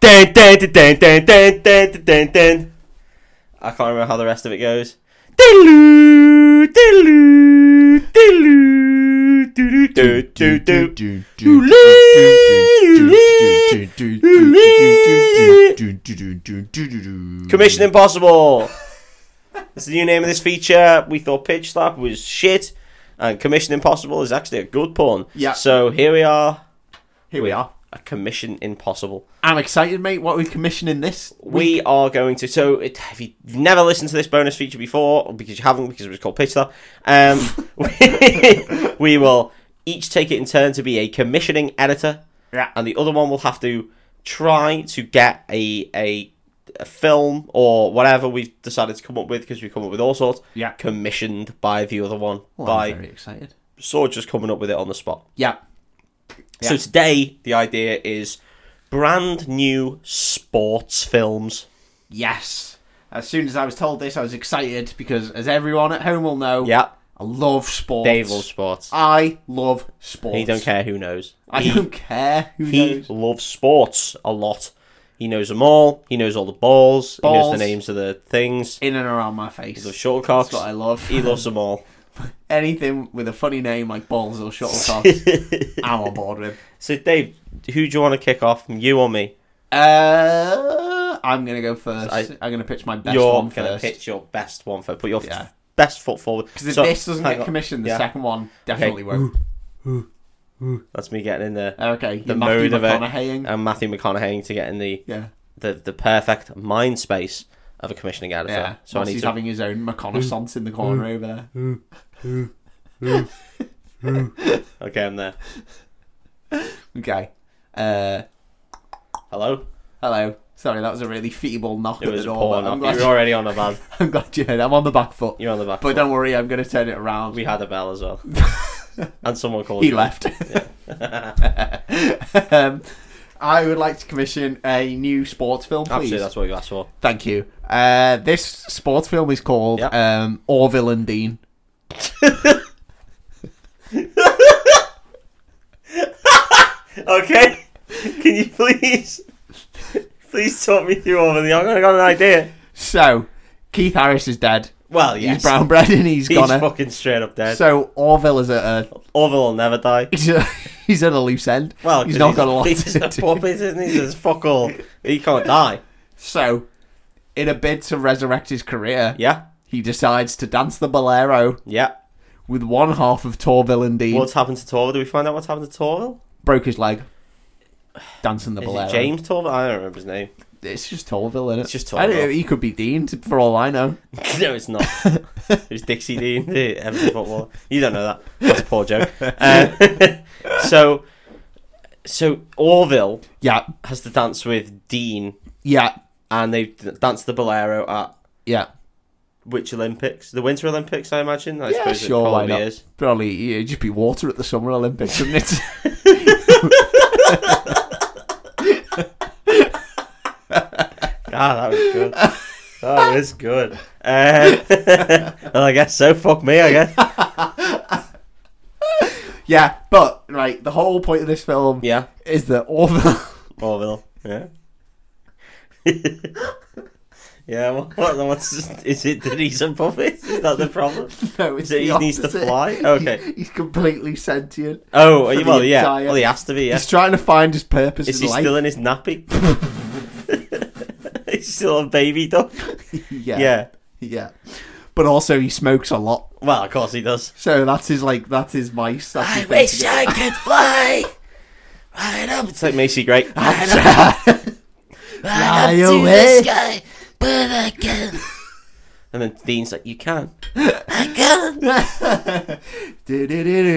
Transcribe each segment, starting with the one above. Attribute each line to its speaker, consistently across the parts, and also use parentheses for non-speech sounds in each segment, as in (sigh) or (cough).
Speaker 1: Dun, dun, dun, dun, dun, dun, dun, dun, dun, dun. I can't remember how the rest of it goes. Diddle-oo, diddle-oo, diddle-oo, doo-doo, doo, doo, doo. Commission Impossible. That's the new name of this feature. We thought Pitch Slap was shit, and Commission Impossible is actually a good pun.
Speaker 2: Yeah.
Speaker 1: So here we are,
Speaker 2: Here we are.
Speaker 1: a Commission Impossible.
Speaker 2: I'm excited, mate. What are we commissioning this?
Speaker 1: We are going to. So it, if you've never listened to this bonus feature before, or because you haven't, because it was called Pitch Slap, um, (laughs) we, (laughs) we will each take it in turn to be a commissioning editor.
Speaker 2: Yeah.
Speaker 1: and the other one will have to try to get a a, a film or whatever we've decided to come up with because we've come up with all sorts
Speaker 2: Yeah.
Speaker 1: commissioned by the other one
Speaker 2: Well, I'm
Speaker 1: by
Speaker 2: very excited.
Speaker 1: sort of just coming up with it on the spot.
Speaker 2: Yeah.
Speaker 1: So today the idea is brand new sports films.
Speaker 2: Yes. As soon as I was told this, I was excited because, as everyone at home will know,
Speaker 1: Yeah,
Speaker 2: I love sports.
Speaker 1: Dave loves sports.
Speaker 2: I love sports.
Speaker 1: He don't care who knows.
Speaker 2: I
Speaker 1: he,
Speaker 2: don't care who
Speaker 1: he
Speaker 2: knows.
Speaker 1: loves sports a lot. He knows them all. He knows all the balls. He knows
Speaker 2: Balls.
Speaker 1: the names of the things.
Speaker 2: In and around my face.
Speaker 1: He loves shuttlecocks.
Speaker 2: That's what I love.
Speaker 1: He loves them
Speaker 2: (laughs)
Speaker 1: all.
Speaker 2: Anything with a funny name like balls or shuttlecock,
Speaker 1: (laughs)
Speaker 2: I'm on board with.
Speaker 1: So, Dave, who do you want to kick off? You or me?
Speaker 2: Uh, I'm gonna go first. I,
Speaker 1: I-
Speaker 2: am gonna pitch my best
Speaker 1: You're
Speaker 2: one
Speaker 1: gonna
Speaker 2: first.
Speaker 1: pitch your best one for put your f-
Speaker 2: Yeah.
Speaker 1: best foot forward.
Speaker 2: Because if
Speaker 1: So-
Speaker 2: this doesn't
Speaker 1: hang
Speaker 2: get
Speaker 1: on.
Speaker 2: commissioned, the
Speaker 1: Yeah.
Speaker 2: second one definitely won't.
Speaker 1: That's me getting in there.
Speaker 2: Okay,
Speaker 1: The
Speaker 2: the Matthew
Speaker 1: mode of it.
Speaker 2: McConaughey.
Speaker 1: And Matthew McConaughey to get in the,
Speaker 2: yeah,
Speaker 1: the, the perfect mind space of a commissioning editor.
Speaker 2: yeah.
Speaker 1: So
Speaker 2: Whilst
Speaker 1: I need
Speaker 2: he's
Speaker 1: to. Mm.
Speaker 2: having his own reconnaissance in the corner over there.
Speaker 1: Okay, I'm there.
Speaker 2: Okay. Uh,
Speaker 1: Hello.
Speaker 2: hello. Sorry, that was a really feeble knock
Speaker 1: It
Speaker 2: at
Speaker 1: was
Speaker 2: the
Speaker 1: a
Speaker 2: door.
Speaker 1: poor
Speaker 2: but
Speaker 1: knock.
Speaker 2: I'm, glad, (laughs)
Speaker 1: You were already on the van.
Speaker 2: I'm glad you heard. I'm on the back foot,
Speaker 1: You're on the back.
Speaker 2: but
Speaker 1: foot.
Speaker 2: don't worry, I'm gonna turn it around.
Speaker 1: We had a bell as (laughs) well, and someone called.
Speaker 2: he
Speaker 1: you.
Speaker 2: left. (laughs) um, I would like to commission a new sports film, please.
Speaker 1: Absolutely, that's what you asked for.
Speaker 2: Thank you. Uh, this sports film is called
Speaker 1: Yep.
Speaker 2: um, Orville and Dean.
Speaker 1: Okay. Can you please, please talk me through all of the? I got an idea.
Speaker 2: So Keith Harris is dead.
Speaker 1: Well, yes.
Speaker 2: He's brown bread and he's,
Speaker 1: (laughs) He's
Speaker 2: gonna.
Speaker 1: fucking straight up dead.
Speaker 2: So Orville is at a
Speaker 1: Orville will never die.
Speaker 2: he's, a, (laughs) he's at a loose end.
Speaker 1: Well,
Speaker 2: he's
Speaker 1: 'cause
Speaker 2: not got a lot
Speaker 1: He's
Speaker 2: to (laughs)
Speaker 1: just a (laughs)
Speaker 2: do.
Speaker 1: puppet, isn't he? He's just fuck all. He can't die.
Speaker 2: So, in a bid to resurrect his career,
Speaker 1: Yeah,
Speaker 2: he decides to dance the bolero
Speaker 1: yeah.
Speaker 2: with one half of Torville and Dean.
Speaker 1: What's happened to Torville? Do we find out what's happened to Torville?
Speaker 2: Broke his leg. Dancing the
Speaker 1: Is
Speaker 2: bolero.
Speaker 1: it James Torville? I don't remember his name.
Speaker 2: It's just Torville, isn't it?
Speaker 1: It's just
Speaker 2: I don't know,
Speaker 1: Torville.
Speaker 2: he could be Dean t- for all I know.
Speaker 1: (laughs) no, it's
Speaker 2: (laughs)
Speaker 1: not. it was Dixie Dean, the Everton footballer. You don't know that. That's a poor
Speaker 2: (laughs)
Speaker 1: joke. Uh, so, so Orville
Speaker 2: Yeah,
Speaker 1: has to dance with Dean,
Speaker 2: yeah,
Speaker 1: and they danced the bolero at
Speaker 2: yeah.
Speaker 1: which Olympics? The Winter Olympics, I imagine. I
Speaker 2: Yeah,
Speaker 1: suppose
Speaker 2: sure,
Speaker 1: it
Speaker 2: why
Speaker 1: probably
Speaker 2: not?
Speaker 1: is.
Speaker 2: Probably it'd just be water at the Summer Olympics, wouldn't it? (laughs)
Speaker 1: Ah, that was
Speaker 2: (laughs)
Speaker 1: good. That was good. Uh, (laughs) well, I guess so. Fuck me, I
Speaker 2: (laughs)
Speaker 1: guess.
Speaker 2: yeah, but right, the whole point of this film
Speaker 1: Yeah,
Speaker 2: is that Orville
Speaker 1: Orville. Oh, Yeah. (laughs) yeah. What, what, what's is it? That he's a puppet? Is that the problem?
Speaker 2: (laughs) no, it's
Speaker 1: Is it
Speaker 2: the
Speaker 1: he needs to
Speaker 2: opposite.
Speaker 1: fly? Okay.
Speaker 2: He's completely sentient.
Speaker 1: Oh,
Speaker 2: For the
Speaker 1: well, yeah.
Speaker 2: entire-
Speaker 1: Well, he has to be. Yeah.
Speaker 2: He's trying to find his purpose
Speaker 1: Is
Speaker 2: in
Speaker 1: he
Speaker 2: life.
Speaker 1: still in his nappy? (laughs) he's still a baby dog.
Speaker 2: yeah,
Speaker 1: yeah.
Speaker 2: yeah. But also, he smokes a lot,
Speaker 1: Well, of course he does.
Speaker 2: so that's his like that's his vice. That's his thing to get-
Speaker 1: I could fly right up. It's like Macy Gray.
Speaker 2: (laughs) Fly away.
Speaker 1: sky, but I can. And then Dean's like, "You can."
Speaker 2: (laughs)
Speaker 1: I can.
Speaker 2: I (laughs)
Speaker 1: Is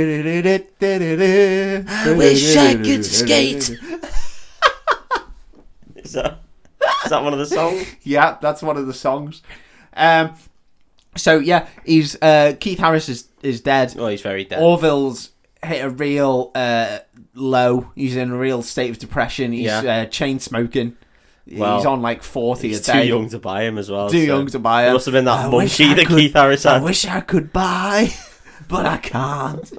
Speaker 1: that, is that one of the songs?
Speaker 2: Yeah, that's one of the songs. Um, so yeah, he's uh, Keith Harris is is dead.
Speaker 1: Oh, he's very dead.
Speaker 2: Orville's hit a real uh, low. He's in a real state of depression. He's
Speaker 1: Yeah.
Speaker 2: uh, chain smoking. he's
Speaker 1: Well,
Speaker 2: on like forty
Speaker 1: he's
Speaker 2: a day.
Speaker 1: too young to buy him as well.
Speaker 2: Too
Speaker 1: so-
Speaker 2: young to buy
Speaker 1: It
Speaker 2: him.
Speaker 1: must have been that
Speaker 2: I wish
Speaker 1: monkey
Speaker 2: I
Speaker 1: that
Speaker 2: could-
Speaker 1: Keith Harris
Speaker 2: I
Speaker 1: had.
Speaker 2: wish I could buy, (laughs) but I (laughs) can't.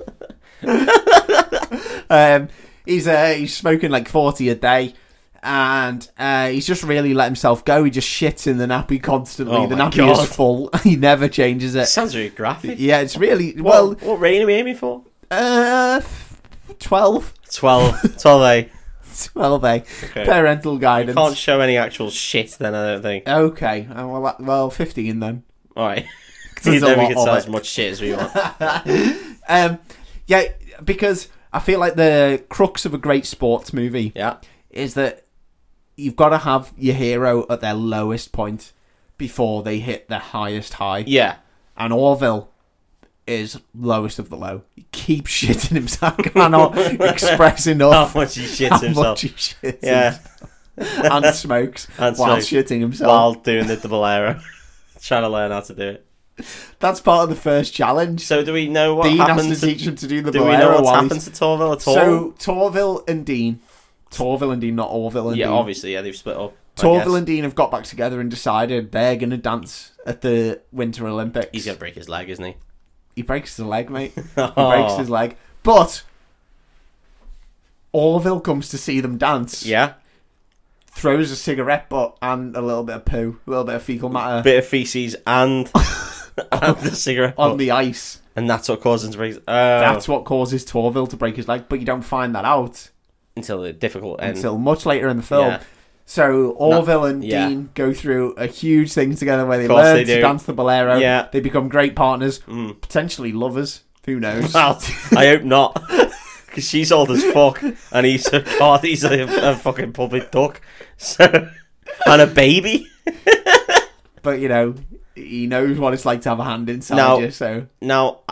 Speaker 2: um, he's uh, he's smoking like forty a day. and uh, he's just really let himself go. He just shits in the nappy constantly.
Speaker 1: Oh
Speaker 2: the
Speaker 1: my
Speaker 2: nappy
Speaker 1: God.
Speaker 2: is full. (laughs) he never changes
Speaker 1: That
Speaker 2: it.
Speaker 1: sounds really graphic.
Speaker 2: Yeah, it's really
Speaker 1: Well,
Speaker 2: (laughs) well.
Speaker 1: what, what rating are we aiming for?
Speaker 2: Uh, twelve.
Speaker 1: (laughs) 12. 12 A.
Speaker 2: 12 A.
Speaker 1: eh? Okay.
Speaker 2: Parental
Speaker 1: You
Speaker 2: guidance.
Speaker 1: can't show any actual shit then, I don't think.
Speaker 2: Okay. uh, Well, that- well, 15 (laughs) then.
Speaker 1: Alright. (laughs)
Speaker 2: 'Cause
Speaker 1: then we
Speaker 2: there's a lot
Speaker 1: can
Speaker 2: of
Speaker 1: sell
Speaker 2: it.
Speaker 1: as much shit as we
Speaker 2: (laughs)
Speaker 1: want.
Speaker 2: um, yeah, because I feel like the crux of a great sports movie
Speaker 1: Yeah.
Speaker 2: is that you've got to have your hero at their lowest point before they hit their highest high. (laughs)
Speaker 1: Yeah.
Speaker 2: And Orville is lowest of the low. He keeps (laughs) shitting himself.
Speaker 1: (laughs)
Speaker 2: I cannot express
Speaker 1: How
Speaker 2: enough
Speaker 1: much he shits
Speaker 2: Oh, how
Speaker 1: himself.
Speaker 2: much he shits
Speaker 1: yeah.
Speaker 2: himself and smokes
Speaker 1: (laughs) And
Speaker 2: while
Speaker 1: smokes.
Speaker 2: shitting himself.
Speaker 1: While doing the double arrow. (laughs) Trying to learn how to do it.
Speaker 2: That's part of the first challenge.
Speaker 1: So do we know what
Speaker 2: Dean has
Speaker 1: happened
Speaker 2: to,
Speaker 1: to,
Speaker 2: teach him to do the
Speaker 1: Do we
Speaker 2: bolero
Speaker 1: know what's
Speaker 2: while
Speaker 1: happened
Speaker 2: he's-
Speaker 1: to Torville at all?
Speaker 2: So Torville and Dean, Torville and Dean, not Orville and
Speaker 1: yeah,
Speaker 2: Dean.
Speaker 1: obviously, yeah, they've split up. I
Speaker 2: Torville
Speaker 1: guess.
Speaker 2: and Dean have got back together and decided they're gonna dance at the Winter Olympics.
Speaker 1: He's gonna break his leg, isn't he?
Speaker 2: He breaks his leg, mate. (laughs) He breaks
Speaker 1: (laughs) Oh.
Speaker 2: his leg, but Orville comes to see them dance.
Speaker 1: Yeah,
Speaker 2: Throws a cigarette butt and a little bit of poo, a little bit of fecal matter
Speaker 1: bit of feces
Speaker 2: (laughs)
Speaker 1: and and the cigarette,
Speaker 2: on
Speaker 1: butt.
Speaker 2: the ice.
Speaker 1: and that's what causes him to break. His, oh,
Speaker 2: That's what causes Torville to break his leg, but you don't find that out
Speaker 1: until the difficult end.
Speaker 2: until much later in the film.
Speaker 1: Yeah.
Speaker 2: So Orville and
Speaker 1: yeah.
Speaker 2: Dean go through a huge thing together where they
Speaker 1: Of course
Speaker 2: learn
Speaker 1: they
Speaker 2: to
Speaker 1: do.
Speaker 2: dance the bolero.
Speaker 1: Yeah.
Speaker 2: They become great partners, (laughs)
Speaker 1: Mm.
Speaker 2: potentially lovers.
Speaker 1: (laughs)
Speaker 2: Who knows?
Speaker 1: Well, I hope
Speaker 2: (laughs)
Speaker 1: not, because she's old as fuck, and he's a (laughs) god, he's a, a fucking public duck, (laughs) so and a baby.
Speaker 2: But you know, he knows what it's like to have a hand inside
Speaker 1: No.
Speaker 2: you. So
Speaker 1: Now, (laughs)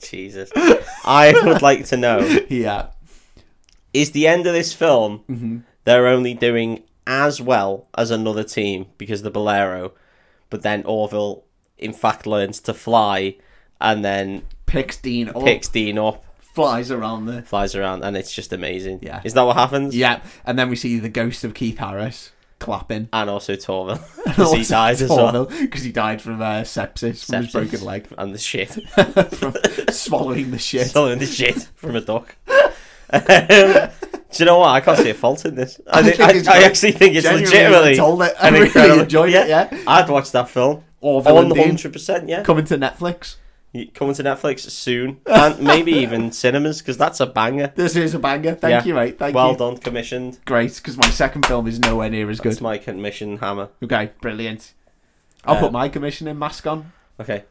Speaker 1: Jesus, I would like to know:
Speaker 2: yeah,
Speaker 1: is the end of this film
Speaker 2: Mhm.
Speaker 1: they're only doing as well as another team because of the Bolero, but then Orville in fact learns to fly and then
Speaker 2: picks Dean up,
Speaker 1: picks Dean up,
Speaker 2: flies around the
Speaker 1: flies around, and it's just amazing.
Speaker 2: Yeah.
Speaker 1: Is that what happens?
Speaker 2: yeah, and then we see the ghost of Keith Harris clapping.
Speaker 1: And also
Speaker 2: (laughs)
Speaker 1: Torville. (laughs) 'cause he dies as well.
Speaker 2: because he died from uh, sepsis from
Speaker 1: Sepsis.
Speaker 2: his
Speaker 1: (laughs)
Speaker 2: broken leg
Speaker 1: And the shit.
Speaker 2: from swallowing
Speaker 1: (laughs)
Speaker 2: the shit.
Speaker 1: Swallowing the shit from a
Speaker 2: (laughs)
Speaker 1: duck. Um, do you know what? I can't see a fault in this. I,
Speaker 2: I
Speaker 1: think,
Speaker 2: think
Speaker 1: I-
Speaker 2: it's
Speaker 1: I,
Speaker 2: great.
Speaker 1: actually think it's
Speaker 2: Genuinely
Speaker 1: legitimately
Speaker 2: told it. (laughs) I
Speaker 1: an
Speaker 2: really
Speaker 1: incredible-
Speaker 2: enjoyed it. Yeah,
Speaker 1: I'd watch that film.
Speaker 2: Orville
Speaker 1: On
Speaker 2: and Dean
Speaker 1: 100%, yeah.
Speaker 2: coming to Netflix.
Speaker 1: coming to Netflix soon, and maybe
Speaker 2: (laughs)
Speaker 1: even cinemas because that's a banger.
Speaker 2: This is a banger. Thank
Speaker 1: Yeah.
Speaker 2: you, mate. Thank
Speaker 1: well
Speaker 2: you.
Speaker 1: done, commissioned.
Speaker 2: Great, because my second film is nowhere near as
Speaker 1: That's
Speaker 2: good.
Speaker 1: my commission hammer.
Speaker 2: Okay, brilliant. I'll
Speaker 1: Uh,
Speaker 2: put my commissioning mask on.
Speaker 1: Okay.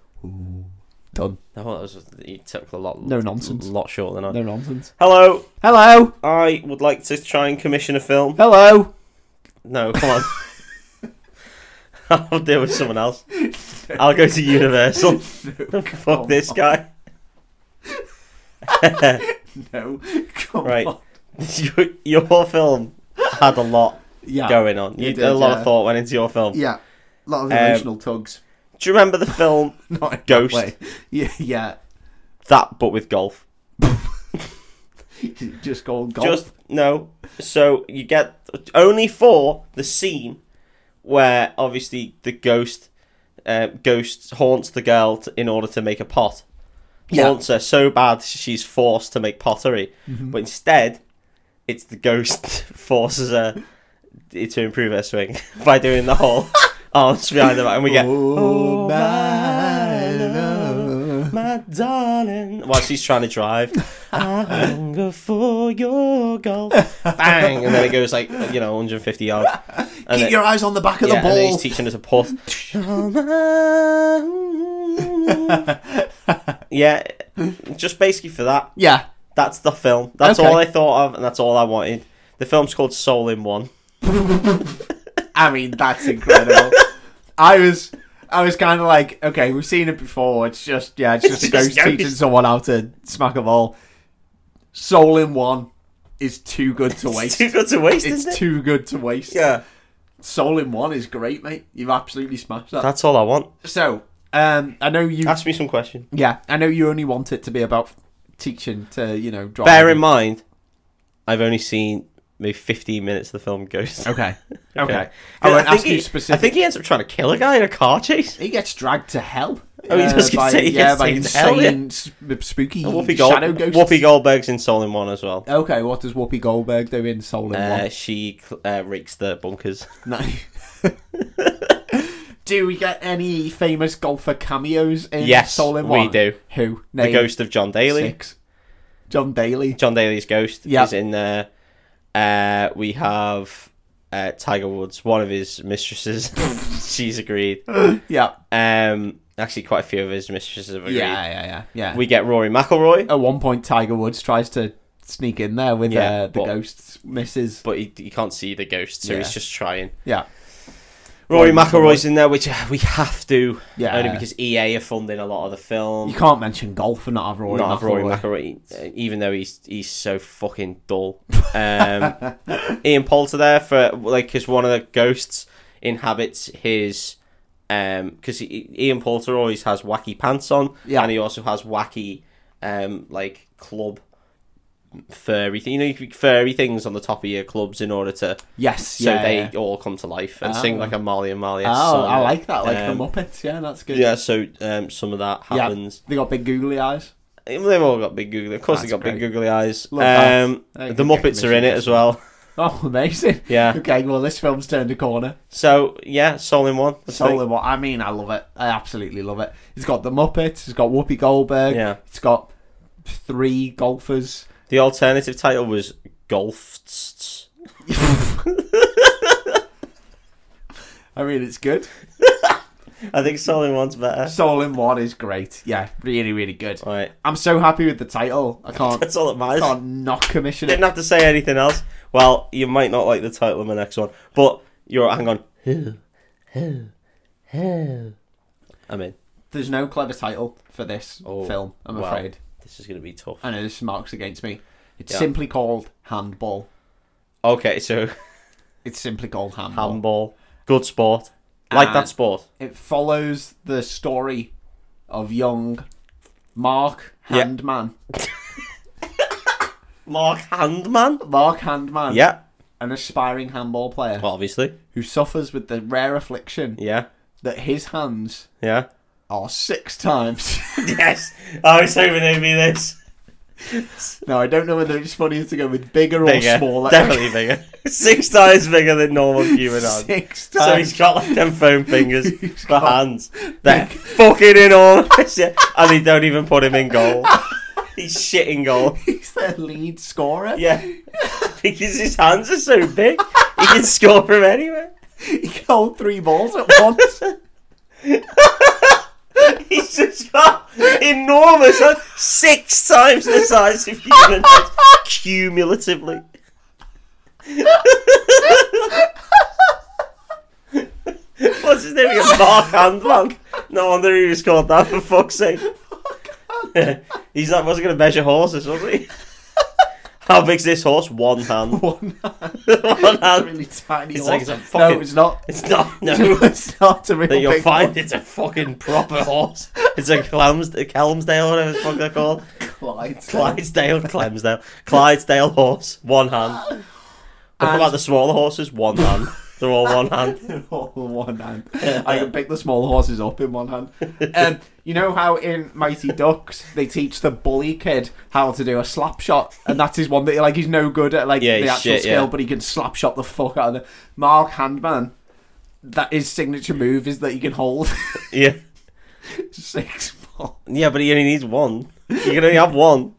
Speaker 2: Done.
Speaker 1: No, that was you took a lot.
Speaker 2: No nonsense.
Speaker 1: lot shorter than I.
Speaker 2: No nonsense.
Speaker 1: Hello,
Speaker 2: Hello,
Speaker 1: I would like to try and commission a film.
Speaker 2: hello.
Speaker 1: No, come on. (laughs) I'll deal with someone else. I'll go to
Speaker 2: (laughs)
Speaker 1: Universal. Fuck
Speaker 2: come
Speaker 1: this guy. (laughs)
Speaker 2: No, (laughs) come
Speaker 1: Right.
Speaker 2: on.
Speaker 1: your, your film had a lot
Speaker 2: Yeah,
Speaker 1: going on.
Speaker 2: It
Speaker 1: You,
Speaker 2: did,
Speaker 1: a lot
Speaker 2: yeah.
Speaker 1: of thought went into your film.
Speaker 2: yeah. A lot of
Speaker 1: Um,
Speaker 2: emotional tugs. (laughs)
Speaker 1: Do you remember the film
Speaker 2: Not in that
Speaker 1: Ghost.
Speaker 2: way. Yeah, yeah. (laughs)
Speaker 1: that, but with golf?
Speaker 2: Just go golf.
Speaker 1: Just no. So you get only for the scene where obviously the ghost uh, ghost haunts the girl t- in order to make a pot.
Speaker 2: Yeah.
Speaker 1: Haunts her so bad she's forced to make pottery.
Speaker 2: Mm-hmm.
Speaker 1: But instead, it's the ghost (laughs) forces her to improve her swing (laughs) by doing the
Speaker 2: (laughs)
Speaker 1: whole arms behind her back, and we get
Speaker 2: Oh, my
Speaker 1: love,
Speaker 2: love.
Speaker 1: my darling. While she's trying to drive, (laughs) I hunger for your golf. Bang! And then it goes like, you know, 150 yards. And
Speaker 2: Keep
Speaker 1: it-
Speaker 2: your eyes on the back of
Speaker 1: yeah,
Speaker 2: the
Speaker 1: and then he's
Speaker 2: ball.
Speaker 1: teaching us a putt. Oh, (laughs) yeah, just basically for that.
Speaker 2: (laughs) yeah.
Speaker 1: That's the film. That's
Speaker 2: Okay.
Speaker 1: all I thought of, and that's all I wanted. The film's called Soul in One.
Speaker 2: I mean, that's
Speaker 1: (laughs)
Speaker 2: incredible. I was, I was kind of like, okay, we've seen it before. It's just, yeah, it's just a
Speaker 1: It's (laughs)
Speaker 2: ghost
Speaker 1: just
Speaker 2: teaching
Speaker 1: ghost.
Speaker 2: someone how to smack a ball. Soul in one is too good
Speaker 1: (laughs)
Speaker 2: to
Speaker 1: It's
Speaker 2: waste.
Speaker 1: too good to waste,
Speaker 2: It's
Speaker 1: isn't it?
Speaker 2: too good to waste.
Speaker 1: Yeah,
Speaker 2: Soul in one is great, mate. You've absolutely smashed that.
Speaker 1: that's all I want.
Speaker 2: so, um, I know you.
Speaker 1: Ask me some questions.
Speaker 2: yeah, I know you only want it to be about teaching to, you know, drop.
Speaker 1: Bear in mind, I've only seen maybe 15 minutes of the film Ghost.
Speaker 2: Okay. Oh, Okay.
Speaker 1: Okay. (laughs)
Speaker 2: I won't
Speaker 1: think
Speaker 2: ask you
Speaker 1: he, I
Speaker 2: specific. (laughs)
Speaker 1: think he ends up trying to kill a guy in a car chase.
Speaker 2: He gets dragged to hell. Uh,
Speaker 1: Oh, he does get
Speaker 2: by,
Speaker 1: say- he
Speaker 2: yeah,
Speaker 1: gets
Speaker 2: by
Speaker 1: taken to hell, yeah.
Speaker 2: insane, sp- spooky
Speaker 1: And Whoopi, Gold-
Speaker 2: shadow Oh, ghosts.
Speaker 1: Whoopi Goldberg's in Soul in One as well.
Speaker 2: Okay, what does Whoopi Goldberg do in Soul in
Speaker 1: Uh, she cl- uh, rakes the bunkers. (laughs)
Speaker 2: One? No. (laughs) do we get any famous golfer cameos in
Speaker 1: yes,
Speaker 2: Soul in
Speaker 1: we
Speaker 2: One?
Speaker 1: do.
Speaker 2: Who?
Speaker 1: The
Speaker 2: Name
Speaker 1: ghost of John Daly.
Speaker 2: Six. John Daly.
Speaker 1: John Daly's ghost
Speaker 2: Yeah.
Speaker 1: is in there. Uh, we have uh, Tiger Woods, one of his mistresses. (laughs) She's
Speaker 2: (laughs)
Speaker 1: agreed.
Speaker 2: Yeah.
Speaker 1: Um, actually, quite a few of his mistresses have agreed.
Speaker 2: Yeah, yeah, yeah, yeah.
Speaker 1: We get Rory McIlroy,
Speaker 2: At one point, Tiger Woods tries to sneak in there with
Speaker 1: Yeah,
Speaker 2: uh, the
Speaker 1: but-
Speaker 2: ghosts misses.
Speaker 1: but he, he can't see the ghost, so
Speaker 2: Yeah.
Speaker 1: he's just trying.
Speaker 2: Yeah,
Speaker 1: Rory
Speaker 2: Rory
Speaker 1: McIlroy's in there, which uh, we have to,
Speaker 2: yeah.
Speaker 1: only because EA are funding a lot of the film.
Speaker 2: you can't mention golf and not have Rory.
Speaker 1: not have Rory
Speaker 2: McIlroy.
Speaker 1: McIlroy, uh, even though he's he's so fucking dull. (laughs) Um, Ian Poulter there for like because one of the ghosts inhabits his um because Ian Poulter always has wacky pants on,
Speaker 2: Yeah.
Speaker 1: and he also has wacky um like club furry thing. You know, you can furry things on the top of your clubs in order to
Speaker 2: Yes,
Speaker 1: so
Speaker 2: yeah,
Speaker 1: they
Speaker 2: yeah.
Speaker 1: all come to life and
Speaker 2: Oh.
Speaker 1: sing like a Marley and Marley.
Speaker 2: Oh,
Speaker 1: song.
Speaker 2: I like that, like
Speaker 1: Um,
Speaker 2: the Muppets. Yeah, that's good.
Speaker 1: Yeah, so um, some of that
Speaker 2: Yeah.
Speaker 1: happens.
Speaker 2: They got big googly eyes.
Speaker 1: They've all got big googly. Of course,
Speaker 2: That's
Speaker 1: they got
Speaker 2: great.
Speaker 1: big googly eyes.
Speaker 2: Love that.
Speaker 1: Um,
Speaker 2: They
Speaker 1: the
Speaker 2: can get
Speaker 1: Muppets are in it
Speaker 2: commissions.
Speaker 1: as well.
Speaker 2: Oh, (laughs) amazing.
Speaker 1: Yeah.
Speaker 2: Okay, well, this film's turned a corner.
Speaker 1: (laughs) So yeah, Soul in One. That's
Speaker 2: Soul in what I mean, I love it. I absolutely love it. It's got the Muppets. It's got Whoopi Goldberg.
Speaker 1: Yeah.
Speaker 2: It's got three golfers.
Speaker 1: the- The alternative title was Golfed.
Speaker 2: I mean, it's good.
Speaker 1: I think Soul in One's better.
Speaker 2: Soul in One is great. Yeah, really, really good.
Speaker 1: Right,
Speaker 2: I'm so happy with the title. I can't,
Speaker 1: that's all that
Speaker 2: I
Speaker 1: matters.
Speaker 2: can't not commission
Speaker 1: Didn't
Speaker 2: it.
Speaker 1: have to say anything else. Well, you might not like the title of my next one, but you're hang on. Who, who, who? I'm in.
Speaker 2: There's no clever title for this
Speaker 1: Oh,
Speaker 2: film. I'm
Speaker 1: wow.
Speaker 2: afraid.
Speaker 1: This is gonna be tough.
Speaker 2: I know this marks against me. It's
Speaker 1: Yeah.
Speaker 2: simply called handball.
Speaker 1: Okay, so
Speaker 2: It's simply called handball.
Speaker 1: handball, good sport. Like
Speaker 2: And-
Speaker 1: that sport.
Speaker 2: it follows the story of young Mark
Speaker 1: Yeah.
Speaker 2: Handman.
Speaker 1: Mark Handman.
Speaker 2: Mark Handman,
Speaker 1: Yeah.
Speaker 2: an aspiring handball player
Speaker 1: Well, obviously.
Speaker 2: who suffers with the rare affliction
Speaker 1: Yeah.
Speaker 2: that his hands
Speaker 1: Yeah.
Speaker 2: are six times. (laughs)
Speaker 1: Yes, I was hoping it'd be this.
Speaker 2: now I don't know whether it's funnier to go with bigger,
Speaker 1: Bigger,
Speaker 2: or smaller. (laughs)
Speaker 1: definitely bigger. (laughs) Six times bigger than normal human hands.
Speaker 2: six
Speaker 1: So he's
Speaker 2: times.
Speaker 1: got like them foam (laughs) fingers
Speaker 2: He's
Speaker 1: for
Speaker 2: got-
Speaker 1: hands. They're fucking in all this, yeah. and they don't even put him in (laughs) goal. He's shitting goal.
Speaker 2: he's their lead scorer.
Speaker 1: Yeah, because his hands are so big, he can score from anywhere.
Speaker 2: (laughs) He can hold three balls at
Speaker 1: (laughs)
Speaker 2: once.
Speaker 1: He's just got enormous, hands, six times the size of human hands cumulatively. (laughs) What's his name again? Mark Handman. No wonder he was called that for fuck's sake. (laughs) He's like, wasn't going to measure horses, was he? (laughs) How big's this horse? One hand. (laughs)
Speaker 2: (laughs) One hand.
Speaker 1: One
Speaker 2: It's a
Speaker 1: hand.
Speaker 2: really tiny.
Speaker 1: It's
Speaker 2: horse.
Speaker 1: like it's a fucking-
Speaker 2: No, it's not.
Speaker 1: It's not. (laughs)
Speaker 2: (laughs)
Speaker 1: No.
Speaker 2: it's not a real
Speaker 1: that you'll
Speaker 2: big
Speaker 1: find (laughs)
Speaker 2: horse.
Speaker 1: it's a fucking proper horse. It's a Clams, Kelmsdale, whatever the fuck they're called.
Speaker 2: Clyde's
Speaker 1: Clydesdale, Clemsdale. Clydesdale horse, one hand. What
Speaker 2: And-
Speaker 1: about the smaller horses? One hand. They're all one hand.
Speaker 2: all in
Speaker 1: (laughs)
Speaker 2: one hand. I can pick the small horses up in one hand. Um, you know how in Mighty Ducks they teach the bully kid how to do a slap shot, and that is one that like he's no good at like
Speaker 1: Yeah,
Speaker 2: the
Speaker 1: he's
Speaker 2: actual
Speaker 1: shit,
Speaker 2: skill,
Speaker 1: yeah.
Speaker 2: but he can slap shot the fuck out of the Mark Handman. That his signature move is that he can hold (laughs)
Speaker 1: Yeah.
Speaker 2: six balls.
Speaker 1: Yeah, but he only needs one. You can only have one.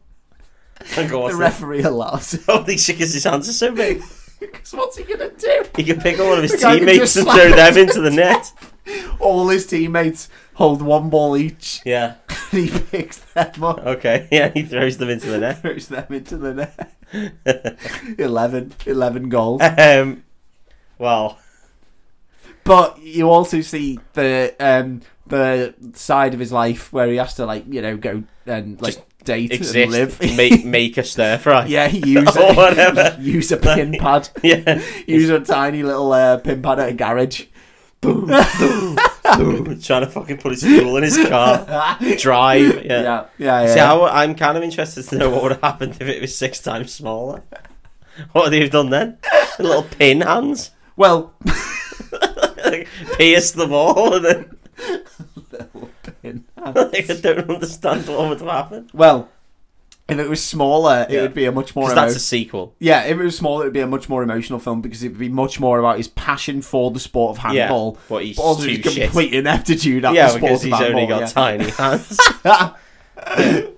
Speaker 1: And go (laughs)
Speaker 2: The referee allows it (laughs)
Speaker 1: Holy shit, 'cause his hands are so big.
Speaker 2: because what's he gonna do?
Speaker 1: He can pick all of
Speaker 2: The
Speaker 1: his
Speaker 2: guy can
Speaker 1: teammates
Speaker 2: just
Speaker 1: and
Speaker 2: slap
Speaker 1: throw
Speaker 2: it
Speaker 1: them into the net.
Speaker 2: All his teammates hold one ball each,
Speaker 1: Yeah.
Speaker 2: and (laughs) he picks them up,
Speaker 1: Okay. (laughs) Yeah, he throws them into the net.
Speaker 2: throws them into the net.
Speaker 1: (laughs)
Speaker 2: 11, 11 goals.
Speaker 1: Um, well,
Speaker 2: But you also see the um the side of his life where he has to like you know go and like date (laughs) and
Speaker 1: exist.
Speaker 2: live.
Speaker 1: (laughs) Make, make a stir fry.
Speaker 2: (laughs) yeah, he used
Speaker 1: Or whatever.
Speaker 2: (laughs) use a pin pad.
Speaker 1: (laughs) Yeah. (laughs)
Speaker 2: Use a tiny little uh, pin pad at a garage.
Speaker 1: boom, boom, boom, trying to fucking put his fuel in his
Speaker 2: (laughs)
Speaker 1: car,
Speaker 2: yeah,
Speaker 1: drive. Yeah.
Speaker 2: yeah, yeah.
Speaker 1: See,
Speaker 2: yeah.
Speaker 1: I, am kind of interested to know what would have happened if it was six times smaller. (laughs) What would they have done then? Little pin hands, (laughs)
Speaker 2: Well, (laughs)
Speaker 1: like, pierce the wall, and then
Speaker 2: pin. chance.
Speaker 1: like, (laughs) I don't understand what would happen.
Speaker 2: Well, if it was smaller, it
Speaker 1: Yeah.
Speaker 2: would be a much more.
Speaker 1: Because
Speaker 2: Emo-
Speaker 1: that's a sequel.
Speaker 2: yeah, if it was smaller, it would be a much more emotional film because it would be much more about his passion for the sport of
Speaker 1: Yeah.
Speaker 2: handball,
Speaker 1: But he's
Speaker 2: but also
Speaker 1: too
Speaker 2: his
Speaker 1: shit.
Speaker 2: complete ineptitude at the
Speaker 1: Yeah,
Speaker 2: sport
Speaker 1: because
Speaker 2: of
Speaker 1: he's only
Speaker 2: handball,
Speaker 1: got
Speaker 2: (laughs)
Speaker 1: tiny hands.
Speaker 2: yeah.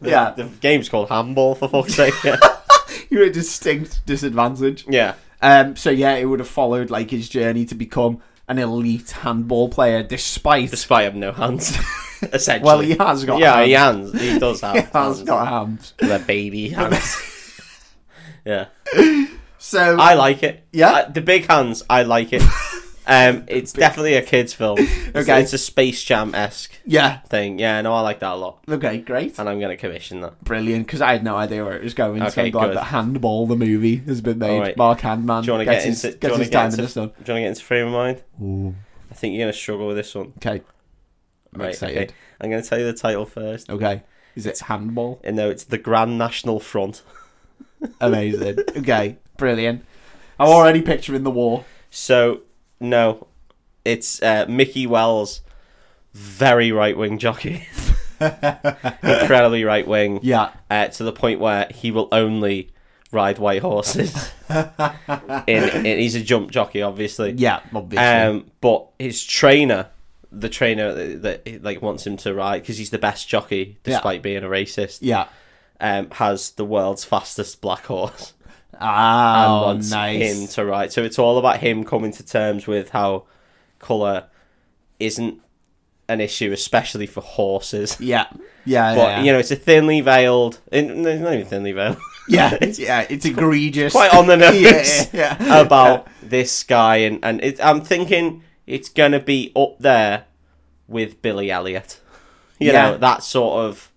Speaker 2: yeah,
Speaker 1: The game's called Handball, for fuck's
Speaker 2: (laughs)
Speaker 1: sake. Yeah.
Speaker 2: you're at a distinct disadvantage.
Speaker 1: yeah.
Speaker 2: Um, so yeah, it would have followed like his journey to become an elite handball player, despite
Speaker 1: Despite having no hands, (laughs) essentially.
Speaker 2: well, he has got
Speaker 1: yeah,
Speaker 2: hands.
Speaker 1: he hands. He does have
Speaker 2: (laughs) He has
Speaker 1: hands.
Speaker 2: got hands.
Speaker 1: The
Speaker 2: (laughs)
Speaker 1: baby hands. (laughs) yeah.
Speaker 2: So
Speaker 1: I like it.
Speaker 2: Yeah?
Speaker 1: I- the big hands, I like
Speaker 2: (laughs)
Speaker 1: it. Um, it's definitely a kids' film. It's,
Speaker 2: Okay.
Speaker 1: it's a Space Jam esque
Speaker 2: yeah,
Speaker 1: thing. Yeah, no, I like that a lot,
Speaker 2: okay, great,
Speaker 1: and I'm gonna commission that.
Speaker 2: brilliant. Because I had no idea where it was going. so
Speaker 1: Okay,
Speaker 2: I'm glad
Speaker 1: good.
Speaker 2: that Handball the movie has been made.
Speaker 1: Alright.
Speaker 2: Mark Handman
Speaker 1: Do you want to
Speaker 2: gets
Speaker 1: get
Speaker 2: his,
Speaker 1: into? Do you
Speaker 2: gets
Speaker 1: want
Speaker 2: his
Speaker 1: to get
Speaker 2: time
Speaker 1: into?
Speaker 2: in
Speaker 1: Do
Speaker 2: this
Speaker 1: you
Speaker 2: done.
Speaker 1: want to get into frame of mind?
Speaker 2: Ooh,
Speaker 1: I think you're gonna struggle with this one.
Speaker 2: okay, I'm
Speaker 1: Right,
Speaker 2: excited.
Speaker 1: okay. I'm gonna tell you the title first.
Speaker 2: Okay. is it handball?
Speaker 1: And no, it's the Grand National Front. (laughs)
Speaker 2: Amazing. okay, brilliant. I'm already picturing the war.
Speaker 1: So no, it's uh, Mickey Wells, very right wing jockey,
Speaker 2: (laughs)
Speaker 1: incredibly right wing.
Speaker 2: Yeah,
Speaker 1: uh, to the point where he will only ride white
Speaker 2: (laughs)
Speaker 1: horses. in, in- he's a jump jockey, obviously.
Speaker 2: yeah, obviously.
Speaker 1: Um, but his trainer, the trainer that, that like wants him to ride because he's the best jockey,
Speaker 2: Yeah.
Speaker 1: despite being a racist,
Speaker 2: yeah.
Speaker 1: um, has the world's fastest black
Speaker 2: (laughs)
Speaker 1: horse and
Speaker 2: Ah,
Speaker 1: wants
Speaker 2: nice.
Speaker 1: him to ride. So it's all about him coming to terms with how color isn't an issue, especially for horses.
Speaker 2: Yeah, yeah,
Speaker 1: But
Speaker 2: yeah.
Speaker 1: you know, it's a thinly veiled. In, no, it's not even thinly veiled. (laughs)
Speaker 2: yeah, it's, yeah, it's egregious.
Speaker 1: quite on the nose
Speaker 2: (laughs) yeah, yeah,
Speaker 1: (laughs)
Speaker 2: yeah.
Speaker 1: about this guy, and and it, I'm thinking it's gonna be up there with Billy Elliot. (laughs) You
Speaker 2: Yeah.
Speaker 1: know that sort of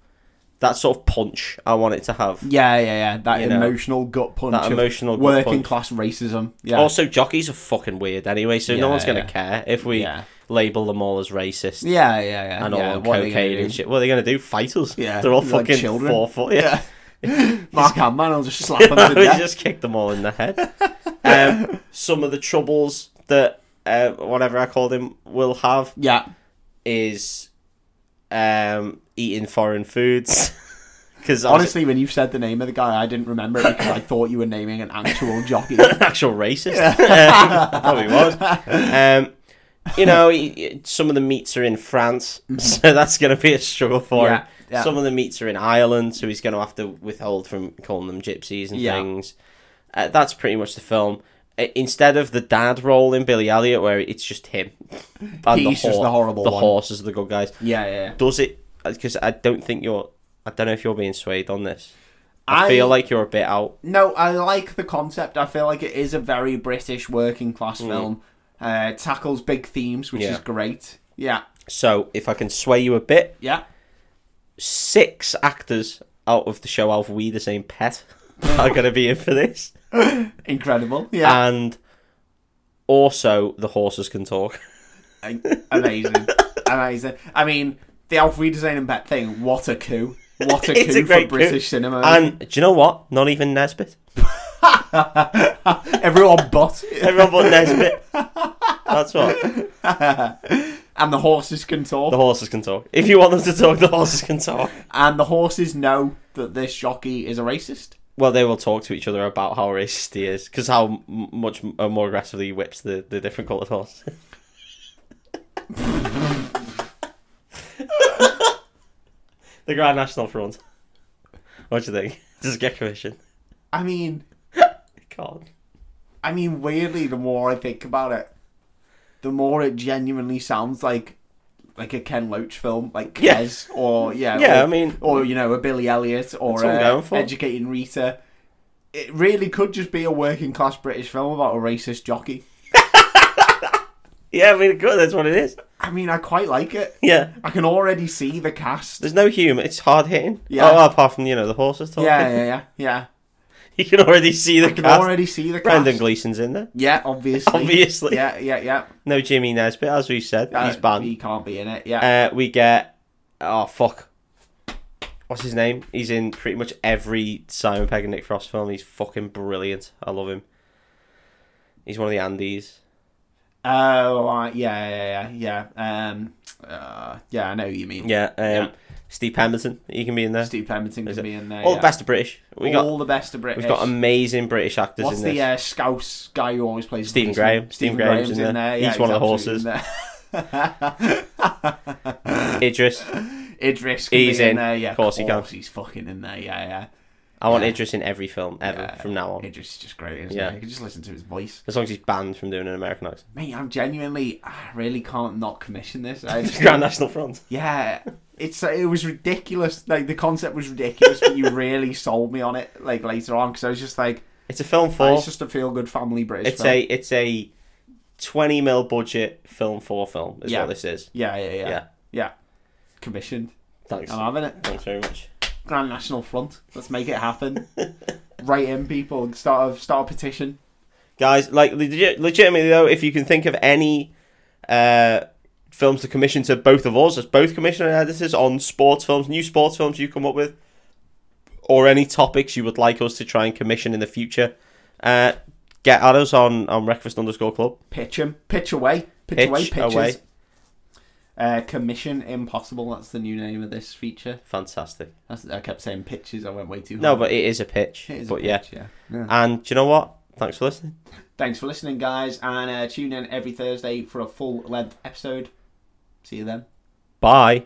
Speaker 1: that sort of punch I want it to have.
Speaker 2: yeah, yeah, yeah. That
Speaker 1: You know,
Speaker 2: emotional gut punch.
Speaker 1: that
Speaker 2: of
Speaker 1: emotional gut
Speaker 2: working
Speaker 1: punch.
Speaker 2: class racism. Yeah,
Speaker 1: Also, jockeys are fucking weird anyway, so
Speaker 2: Yeah,
Speaker 1: no one's gonna
Speaker 2: yeah.
Speaker 1: care if we
Speaker 2: Yeah.
Speaker 1: label them all as racist
Speaker 2: yeah, yeah, yeah.
Speaker 1: and
Speaker 2: yeah.
Speaker 1: all on
Speaker 2: what are they gonna
Speaker 1: cocaine and
Speaker 2: do?
Speaker 1: shit. What are they gonna do? Fight us?
Speaker 2: Yeah,
Speaker 1: they're all
Speaker 2: like
Speaker 1: fucking
Speaker 2: children.
Speaker 1: four foot. Yeah. (laughs)
Speaker 2: Mark Hamill will just slap him to
Speaker 1: we
Speaker 2: death.
Speaker 1: just kicked them all in the
Speaker 2: (laughs)
Speaker 1: head. Um, some of the troubles that uh, whatever I called him will have
Speaker 2: Yeah,
Speaker 1: is um, eating foreign
Speaker 2: (laughs)
Speaker 1: foods. Because honestly,
Speaker 2: honestly, when you said the name of the guy, I didn't remember it because I thought you were naming an
Speaker 1: (laughs)
Speaker 2: actual jockey.
Speaker 1: an actual racist. (laughs) Um, probably was. Um, you know, he- he- some of the meats are in France, (laughs) so that's going to be a struggle for
Speaker 2: Mm-hmm. Yeah,
Speaker 1: him.
Speaker 2: yeah.
Speaker 1: Some of the meats are in Ireland, so he's going to have to withhold from calling them gypsies and
Speaker 2: Yeah.
Speaker 1: things. Uh, that's pretty much the film. I- Instead of the dad role in Billy Elliot, where it's just
Speaker 2: (laughs)
Speaker 1: him, and
Speaker 2: He's just
Speaker 1: hor-
Speaker 2: the horrible
Speaker 1: the
Speaker 2: one.
Speaker 1: horses are the good guys.
Speaker 2: Yeah, yeah. yeah.
Speaker 1: Does it? Because I don't think you're. I don't know if you're being swayed on this. I
Speaker 2: I-
Speaker 1: feel like you're a bit out.
Speaker 2: No, I like the concept. I feel like it is a very British working class film. Uh, tackles big themes, which
Speaker 1: Mm. Yeah.
Speaker 2: is great. Yeah,
Speaker 1: So if I can sway you a bit,
Speaker 2: yeah.
Speaker 1: six actors out of the show Alf We the Same Pet (laughs) are going to be in for this.
Speaker 2: Incredible. Yeah.
Speaker 1: And also, the horses can talk. Uh,
Speaker 2: A-
Speaker 1: (laughs)
Speaker 2: amazing. amazing. I mean, the Alf Redesign and Bet thing, what a coup. What a
Speaker 1: (laughs) It's a
Speaker 2: coup for
Speaker 1: great coup.
Speaker 2: British cinema.
Speaker 1: And do you know what? Not even Nesbit.
Speaker 2: Everyone
Speaker 1: (laughs)
Speaker 2: but.
Speaker 1: Everyone but Nesbit. That's what.
Speaker 2: and the horses can talk.
Speaker 1: The horses can talk. If you want them to talk, the horses can talk.
Speaker 2: and the horses know that this jockey is a racist.
Speaker 1: Well, they will talk to each other about how racist he is, because how m- much m- more aggressively he whips the, the different coloured horse. (laughs) the Grand National Front. What do you think? (laughs) Does it get commission?
Speaker 2: I mean,
Speaker 1: God.
Speaker 2: I mean, weirdly, the more I think about it, the more it genuinely sounds like like a Ken Loach film, like
Speaker 1: Yeah.
Speaker 2: Kez, or yeah,
Speaker 1: Yeah,
Speaker 2: or,
Speaker 1: I mean-
Speaker 2: or you know, a Billy Elliot, or
Speaker 1: That's what I'm
Speaker 2: uh,
Speaker 1: going for.
Speaker 2: Educating Rita. It really could just be a working class British film about a racist jockey.
Speaker 1: Yeah, I mean, good. That's what it is.
Speaker 2: I mean, I quite like it.
Speaker 1: Yeah.
Speaker 2: I can already see the cast.
Speaker 1: There's no humour. It's hard hitting.
Speaker 2: Yeah.
Speaker 1: Oh, apart from you know the horses talking.
Speaker 2: Yeah, yeah, yeah, yeah.
Speaker 1: (laughs) You can already see the
Speaker 2: I can
Speaker 1: cast.
Speaker 2: already see the cast.
Speaker 1: Brendan Gleeson's in there.
Speaker 2: Yeah, obviously.
Speaker 1: Obviously.
Speaker 2: Yeah, yeah, yeah.
Speaker 1: No Jimmy Nesbitt, as we said.
Speaker 2: Uh,
Speaker 1: He's banned.
Speaker 2: He can't be in it. Yeah.
Speaker 1: Uh, we get oh fuck, what's his name? He's in pretty much every Simon Pegg and Nick Frost film. He's fucking brilliant. I love him. He's one of the Andes.
Speaker 2: Oh, uh, yeah, yeah, yeah, yeah. Um, uh, yeah, I know who you mean.
Speaker 1: Yeah. Um,
Speaker 2: Yeah.
Speaker 1: Steve Pemberton, he can be in there.
Speaker 2: Steve Pemberton
Speaker 1: Is
Speaker 2: can
Speaker 1: it-
Speaker 2: be in there.
Speaker 1: All
Speaker 2: yeah.
Speaker 1: the best of British. We got
Speaker 2: all the best of British.
Speaker 1: we've got amazing British actors
Speaker 2: What's
Speaker 1: in this.
Speaker 2: the uh, Scouse guy who always plays? the
Speaker 1: Stephen
Speaker 2: policeman?
Speaker 1: Graham. Stephen Graham's in there. He's one of the
Speaker 2: absolutely in there.
Speaker 1: Idris.
Speaker 2: (laughs) Idris can
Speaker 1: He's
Speaker 2: be in,
Speaker 1: in.
Speaker 2: there. Yeah,
Speaker 1: Of course he can.
Speaker 2: He's fucking in there. Yeah, yeah.
Speaker 1: I want
Speaker 2: Yeah.
Speaker 1: Idris in every film ever
Speaker 2: Yeah.
Speaker 1: from now on.
Speaker 2: Idris is just great, isn't
Speaker 1: Yeah.
Speaker 2: he? You can just listen to his voice.
Speaker 1: As long as he's banned from doing an American accent. (laughs)
Speaker 2: Mate, I'm genuinely, I really can't not commission this.
Speaker 1: (laughs)
Speaker 2: I just-
Speaker 1: Grand National Front.
Speaker 2: yeah, it's uh, it was ridiculous. Like the concept was ridiculous, but
Speaker 1: (laughs)
Speaker 2: you really sold me on it. Like later on, because I was just like,
Speaker 1: It's a film
Speaker 2: "Ah,
Speaker 1: for.
Speaker 2: it's just a feel good family British.
Speaker 1: It's
Speaker 2: film.
Speaker 1: a it's a twenty mil budget film for film is
Speaker 2: Yeah.
Speaker 1: what this is.
Speaker 2: yeah, yeah, yeah, yeah,
Speaker 1: Yeah.
Speaker 2: commissioned.
Speaker 1: Thanks.
Speaker 2: I'm having it.
Speaker 1: Thanks very much.
Speaker 2: Grand National Front. Let's make
Speaker 1: (laughs)
Speaker 2: it happen. Write in people. Start a start a petition.
Speaker 1: guys. Like legit, legitimately though, if you can think of any uh, films to commission to both of us as both commissioner and editors on sports films, new sports films you come up with, or any topics you would like us to try and commission in the future, uh, get at us on on breakfast underscore club.
Speaker 2: Pitch 'em. Pitch away. Pitch,
Speaker 1: Pitch
Speaker 2: away. Pitches.
Speaker 1: away.
Speaker 2: Uh, Commission Impossible. That's the new name of this feature.
Speaker 1: Fantastic.
Speaker 2: That's, I kept saying pitches. I went way too.
Speaker 1: No,
Speaker 2: hard.
Speaker 1: but it is a pitch.
Speaker 2: It is a
Speaker 1: but yeah.
Speaker 2: pitch, yeah. Yeah.
Speaker 1: And do you know what? Thanks for listening.
Speaker 2: Thanks for listening, guys, and uh, tune in every Thursday for a full length episode. See you then.
Speaker 1: Bye.